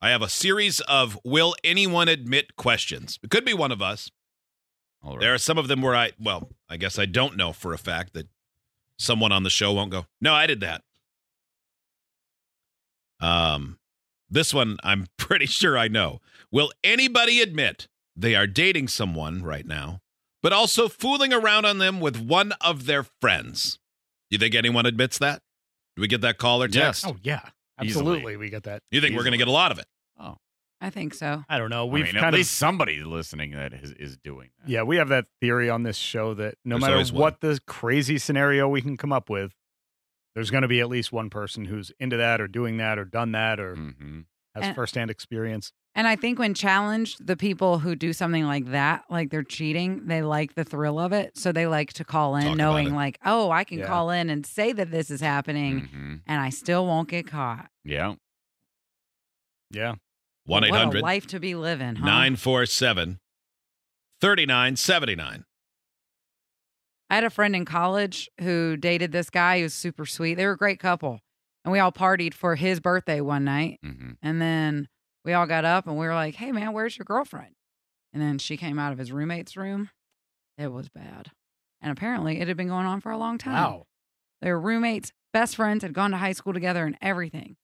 I have a series of will anyone admit questions. It could be one of us. All There are some of them where I, well, I guess I don't know for a fact that someone on the show won't go, no, I did that. Um, this one, I'm pretty sure I know. Will anybody admit they are dating someone right now, but also fooling around on them with one of their friends? You think anyone admits that? Do we get that call or text? Oh yeah, Easily. absolutely. We get that. You think we're going to get a lot of it? I think so. I don't know. we We've I mean, at kind of least somebody listening that is, is doing that. yeah, we have that theory on this show that no There's always one. matter what the crazy scenario we can come up with, there's going to be at least one person who's into that or doing that or done that or Mm-hmm. has And- firsthand experience. And I think when challenged, the people who do something like that, like they're cheating, they like the thrill of it. So they like to call in Talk about it. Mm. knowing, like, oh, I can Yeah. call in and say that this is happening hmm and I still won't get caught. Yeah. Yeah, 1 What a 800 life to be living, huh? 947 3979. I had a friend in college who dated this guy who was super sweet. They were a great couple. And we all partied for his birthday one night. Mm-hmm. And then we all got up and we were like, hey, man, where's your girlfriend? And then she came out of his roommate's room. It was bad. And apparently it had been going on for a long time. wow. They were roommates, best friends, had gone to high school together and everything.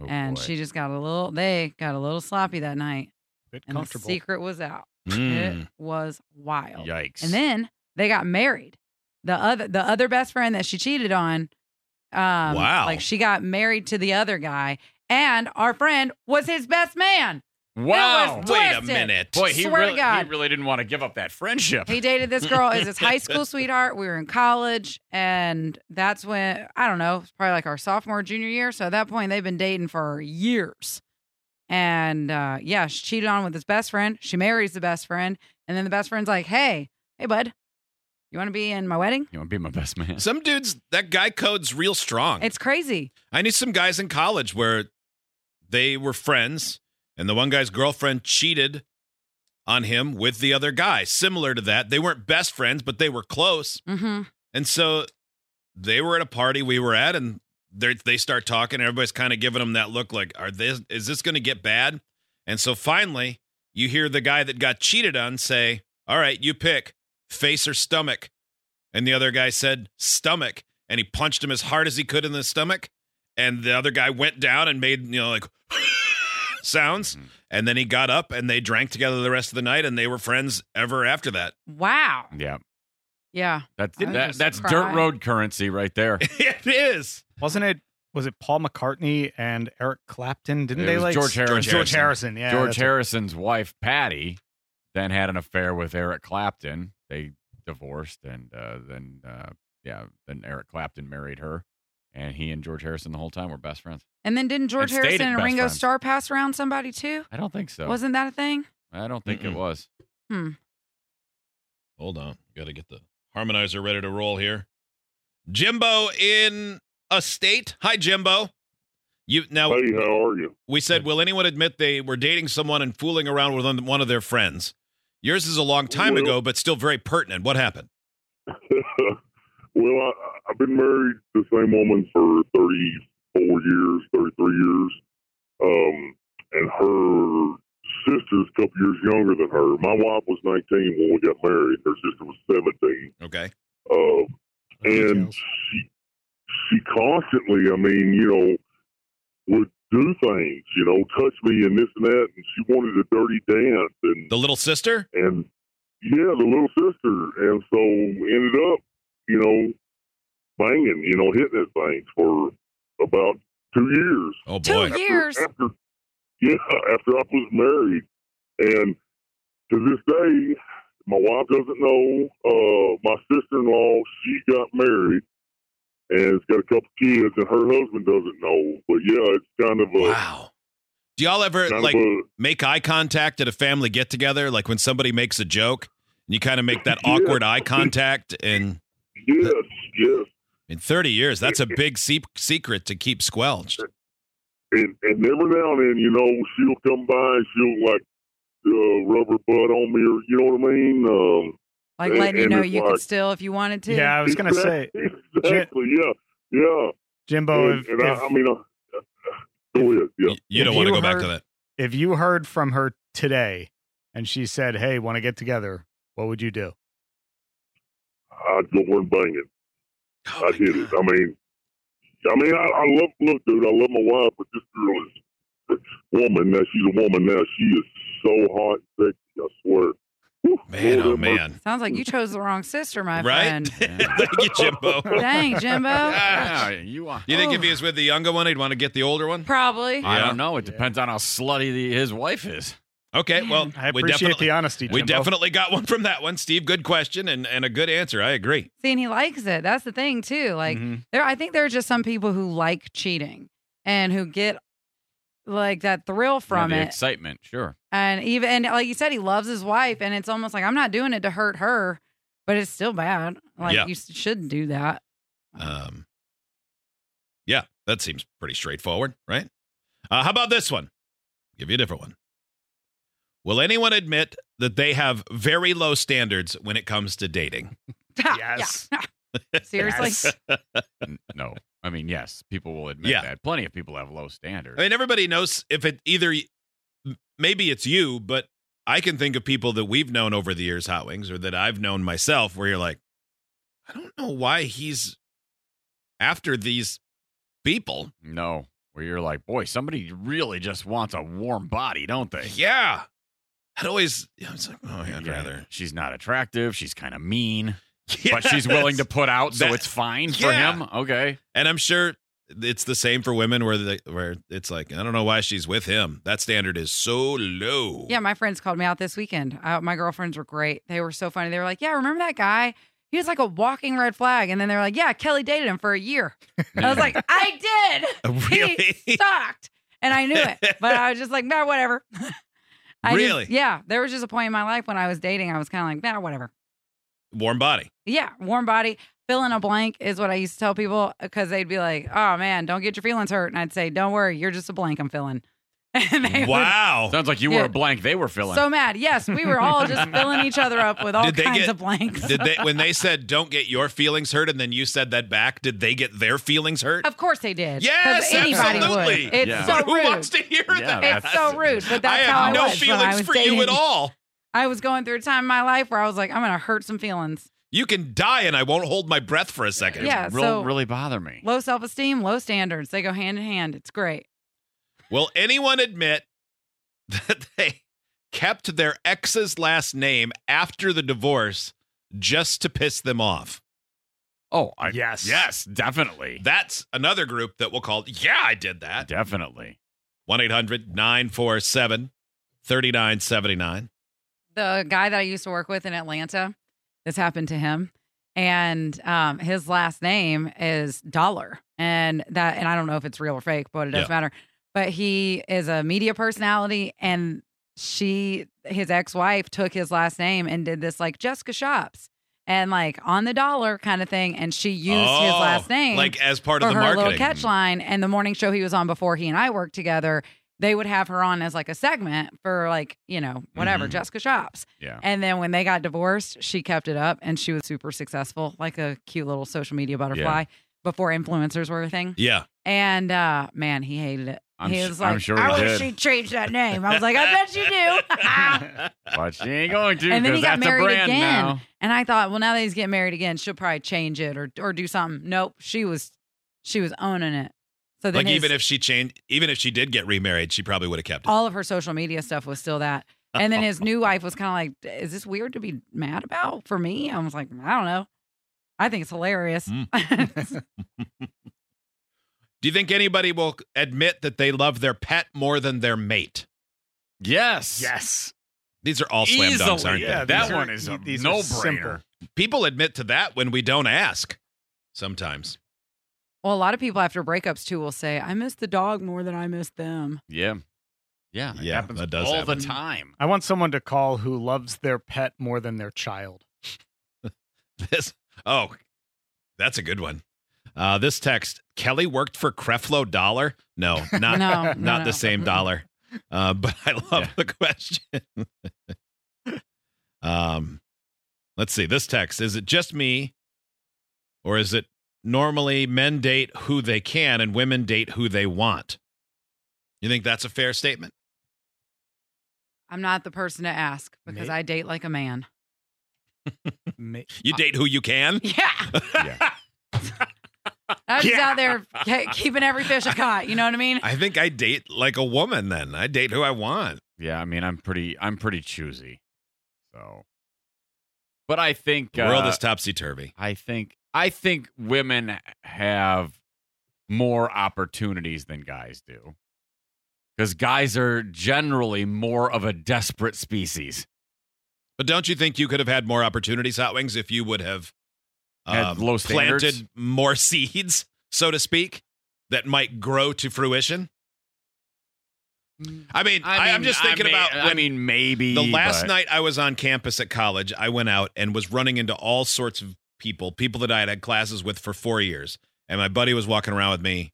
Oh, and boy. she just got a little, they got a little sloppy that night. Bit And the comfortable. secret was out. It was wild. Mm. Yikes. And then they got married. The other the other best friend that she cheated on, um, Wow. like she got married to the other guy, and our friend was his best man. wow. was- Wait a Twisted. minute. boy, he swear to really, God. he really didn't want to give up that friendship. He dated this girl as his high school sweetheart. We were in college, and that's when I don't know, it's probably like our sophomore junior year. So at that point, they've been dating for years. And uh, yeah, she cheated on with his best friend. She marries the best friend, and then the best friend's like, "Hey, hey, bud, you want to be in my wedding?" You want to be my best man? Some dudes, that guy code's real strong. It's crazy. I knew some guys in college where they were friends, and the one guy's girlfriend cheated on him with the other guy. Similar to that, they weren't best friends, but they were close. Mm-hmm. And so they were at a party we were at, and they they start talking. And everybody's kind of giving them that look, like, "Are this is this going to get bad?" And so finally, you hear the guy that got cheated on say, "All right, you pick face or stomach," and the other guy said stomach, and he punched him as hard as he could in the stomach, and the other guy went down and made you know like sounds, Mhm. and then he got up and they drank together the rest of the night, and they were friends ever after that. Wow. Yeah. Yeah. That's I would that, just that's cry. dirt road currency right there. it is. Wasn't it? Was it Paul McCartney and Eric Clapton? Didn't It they was like George Harrison. George Harrison. Yeah, George that's- Harrison's wife Patty then had an affair with Eric Clapton. They divorced, and uh, then uh, yeah, then Eric Clapton married her, and he and George Harrison the whole time were best friends. And then didn't George And stayed Harrison at and best Ringo friends. Starr pass around somebody too? I don't think so. Wasn't that a thing? I don't think Mm-mm. it was. Hold on. Got to get the harmonizer ready to roll here. Jimbo in a state. Hi, Jimbo. You now Hey, how are you? we said, will anyone admit they were dating someone and fooling around with one- one of their friends? Yours is a long time Well- ago, but still very pertinent. What happened? well, I, I've been married to the same woman for 34 years, 33 years. Um, and her sister's a couple years younger than her. My wife was 19 when we got married. Her sister was 17. Okay. Um, and Details. she, she constantly, I mean, you know, would do things, you know, touch me and this and that. And she wanted a dirty dance. And The little sister? and yeah, the little sister, and so ended up, you know, banging, you know, hitting at things for about two years. Oh Two boy. years. After, yeah, after I was married, and to this day, my wife doesn't know. Uh, my sister-in-law, she got married. And it's got a couple kids, and her husband doesn't know. But yeah, it's kind of a Wow. Do y'all ever kind like of a make eye contact at a family get together? Like when somebody makes a joke and you kind of make that Yeah. awkward eye contact and yes, yes. in 30 years, that's a big se- secret to keep squelched. and and every now and then, you know, she'll come by and she'll like uh, rub her butt on me, or you know what I mean? Um, Like And- letting you and know it's you like- could still if you wanted to. Yeah, I was gonna say, exactly, exactly, yeah, yeah. Jimbo. and if, and I, if- I mean, I, go ahead, yeah. Y- You don't If want to you go back heard- to that. if you heard from her today and she said, "Hey, want to get together?" What would you do? I'd go and bang it. Oh I my did it. I mean, I mean, I, I love look, dude. I love my wife, but this girl is woman now. She's a woman now. She is so hot, and sexy. I swear. Whew, God. man, Lord oh have mercy. man, Sounds like you chose the wrong sister, my right? friend. Thank you, Jimbo. Dang, Jimbo. Yeah, you are. You think if he was with the younger one, he'd want to get the older one? Probably. I Yeah. don't know. It depends on how slutty the, his wife is. Okay, well, I we appreciate definitely the honesty. Jimbo. we definitely got one from that one, Steve. Good question and and a good answer. I agree. See, and he likes it. That's the thing too. Like Mm-hmm. Mhm. there, I think there are just some people who like cheating and who get like that thrill You know, from the it. excitement, sure. and even and like you said, he loves his wife, and it's almost like I'm not doing it to hurt her, but it's still bad. Like Yeah. you s- shouldn't do that. Um, yeah, that seems pretty straightforward, right? Uh, how about this one? Give you a different one. Will anyone admit that they have very low standards when it comes to dating? Yeah. Yes. Seriously. Yes. N- no, I mean yes, people will admit Yeah. that. Plenty of people have low standards. I mean, everybody knows if it either m- maybe it's you, but I can think of people that we've known over the years, Hot Wings, or that I've known myself, where you're like, I don't know why he's after these people. no, where you're like, boy, somebody really just wants a warm body, don't they? Yeah. I'd always, I was like, oh, yeah, I'd Yeah, rather. She's not attractive. She's kind of mean, Yeah, but she's willing that's- to put out, so that- it's fine for Yeah. him. Okay. And I'm sure it's the same for women where they, where it's like, I don't know why she's with him. That standard is so low. Yeah, my friends called me out this weekend. Uh, my girlfriends were great. They were so funny. They were like, "Yeah, remember that guy? He was like a walking red flag." And then they were like, "Yeah, Kelly dated him for a year." I was like, "I did." really? He sucked. And I knew it. But I was just like, nah, whatever. just- Really? yeah. There was just a point in my life when I was dating, I was kind of like, nah, whatever. Warm body. Yeah. Warm body. Fill in a blank is what I used to tell people because they'd be like, oh man, don't get your feelings hurt. And I'd say, don't worry, you're just a blank I'm filling. And they Wow. Sounds like you Yeah. were a blank they were were filling. so mad. Yes. We were all just filling each other up with all Did they kinds get- of blanks. Did they when they said don't get your feelings hurt and then you said that back, did they get their feelings hurt? of course they did. 'cause Yes, anybody absolutely. would. It's Yeah. so Who rude. wants to hear Yeah, that? it's so rude, but that's I how have I no was when I feelings was for you at dating. all. I was going through a time in my life where I was like, I'm going to hurt some feelings. You can die and I won't hold my breath for a second. Yeah, It so- will really bother me. Low self esteem, low standards. They go hand in hand. It's great. Will anyone admit that they kept their ex's last name after the divorce just to piss them off? Oh, I, Yes. yes, definitely, That's another group that will call, yeah, I did that. definitely. 1 800 947 3979. The guy that I used to work with in Atlanta, this happened to him. And um, his last name is Dollar. And that, and I don't know if it's real or fake, but it doesn't matter. But he is a media personality. And she, his ex wife, took his last name and did this like Jessica Shops and like on the dollar kind of thing. And she used his Oh, last name. Like as part for of the her marketing. little catch line and the morning show he was on before he and I worked together. They would have her on as like a segment for like, you know, whatever, Mhm. Jessica Shops. Yeah. And then when they got divorced, she kept it up and she was super successful, like a cute little social media butterfly before influencers were a thing. Yeah. And uh man, he hated it. I'm, he su- was like, I'm sure I he wish did, she changed that name. I was like, I bet you do. but she ain't going to. And then he 'cause got that's a married brand again. now. and I thought, well, now that he's getting married again, she'll probably change it or or do something. Nope. She was she was owning it. So Like then his- even if she changed, even if she did get remarried, she probably would have kept it. all of her social media stuff was still that. Oh, Uh, And oh. then his new wife was kind of like, "Is this weird to be mad about for me?" I was like, "I don't know. I think it's hilarious." Mm. Do you think anybody will admit that they love their pet more than their mate? Yes. Yes. These are all slam dunks, Easily, aren't yeah. they? that these one is a these are no-brainer. simple. People admit to that when we don't ask sometimes. well, a lot of people after breakups too will say, "I miss the dog more than I miss them." Yeah. Yeah. it Yeah, happens that does all happen. the time. I want someone to call who loves their pet more than their child. This, oh, that's a good one. Uh, this text Kelly worked for Creflo Dollar. No, not, no, no, not the no. same dollar. Uh, but I love Yeah. the question. um, let's see. This text is it just me, or is it normally men date who they can and women date who they want? You think that's a fair statement? I'm not the person to ask because May- I date like a man. Ma- Uh, You date who you can. Yeah. I'm just out there ke- keeping every fish I caught. You know what I mean? I think I date like a woman. Then I date who I want. Yeah, I mean, I'm pretty, I'm pretty choosy. So, but I think The world uh, is topsy turvy. I think I think women have more opportunities than guys do. Because guys are generally more of a desperate species. But don't you think you could have had more opportunities, Hot Wings, if you would have um, Had low standards? planted more seeds, so to speak, that might grow to fruition? I mean, Mm, I I, am just thinking may- about. I when- mean, maybe The last but- night I was on campus at college, I went out and was running into all sorts of people, people that I had had classes with for four years. And my buddy was walking around with me.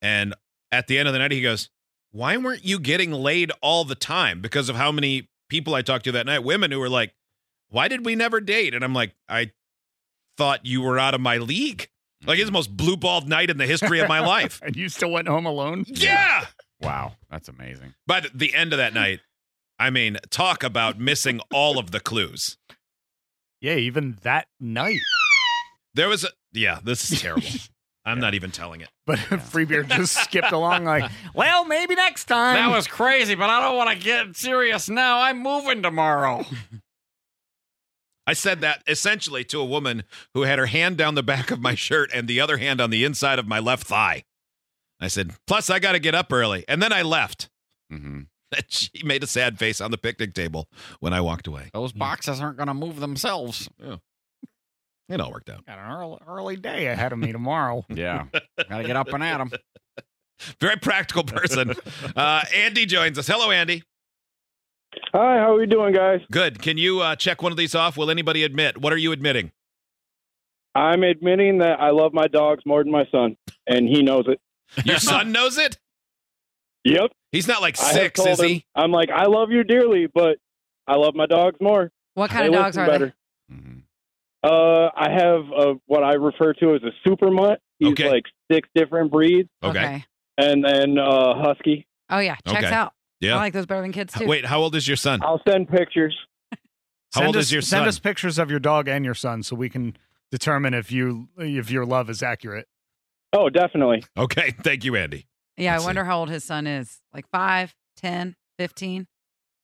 And at the end of the night, he goes, Why weren't you getting laid all the time? Because of how many people I talked to that night, women who were like, Why did we never date? And I'm like, I thought you were out of my league. Like, Mm-hmm. it's the most blue balled night in the history of my life. and you still went home alone? yeah. Wow, that's amazing. By the- the end of that night, I mean, talk about missing all of the clues. Yeah, even that night. There was a yeah. This is terrible. I'm not even telling it. But Freebeard just skipped along like, well, maybe next Um, time. that was crazy, but I don't want to get serious now. I'm moving tomorrow. I said that essentially to a woman who had her hand down the back of my shirt and the other hand on the inside of my left thigh. I said, "Plus, I got to get up early," and then I left. hmm She made a sad face on the picnic table when I walked away. Those boxes aren't going to move themselves. It all worked out. Got an early, early day ahead of me tomorrow. Yeah, got to get up and at them. Very practical person. Uh, Andy joins us. Hello, Andy. Hi, how are you doing, guys? Good. Can you uh, check one of these off? Will anybody admit? What are you admitting? I'm admitting that I love my dogs more than my son, and he knows it. Your son knows it. Yep. He's not like I have six, told is he? him- I'm like, I love you dearly, but I love my dogs more. What kind they of dogs listen are better. they? hmm Uh, I have uh, what I refer to as a super mutt. He's Okay. like six different breeds, and then uh, husky. Oh yeah, checks Okay. out. Yeah. Uh, I like those better than kids too. Wait, how old is your son? I'll send pictures. How Send old us, is your Send son? us pictures of your dog and your son so we can determine if you if your love is accurate. Oh, definitely. Okay, thank you, Andy. Yeah, I Let's see. wonder how old his son is. Like five, ten, fifteen.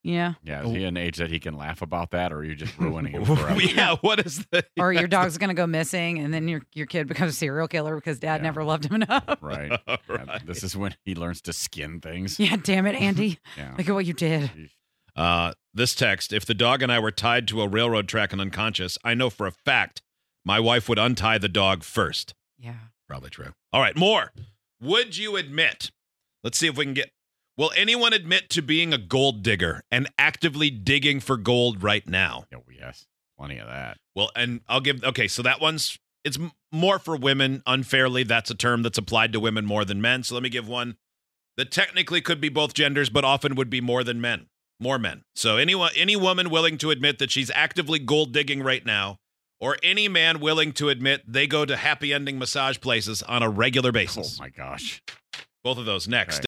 Yeah. Yeah, is he an age that he can laugh about that, or are you just ruining him forever? Oh. yeah, what is the Or your dog's going to go missing and then your your kid becomes a serial killer because dad Yeah. never loved him enough. right. All Yeah, right. This is when he learns to skin things. Yeah, damn it, Andy. Yeah. Look at what you did. Uh, this text: If the dog and I were tied to a railroad track and unconscious, I know for a fact my wife would untie the dog first. Yeah. Probably true. All right, more. Would you admit? Let's see if we can get. Will anyone admit to being a gold digger and actively digging for gold right now? Oh, yes. Plenty of that. Well, and I'll give. Okay, so that one's it's m- more for women unfairly. That's a term that's applied to women more than men. So let me give one that technically could be both genders, but often would be more than men, more men. So anyone, any woman willing to admit that she's actively gold digging right now, or any man willing to admit they go to happy ending massage places on a regular Oh basis. my gosh. both of those next.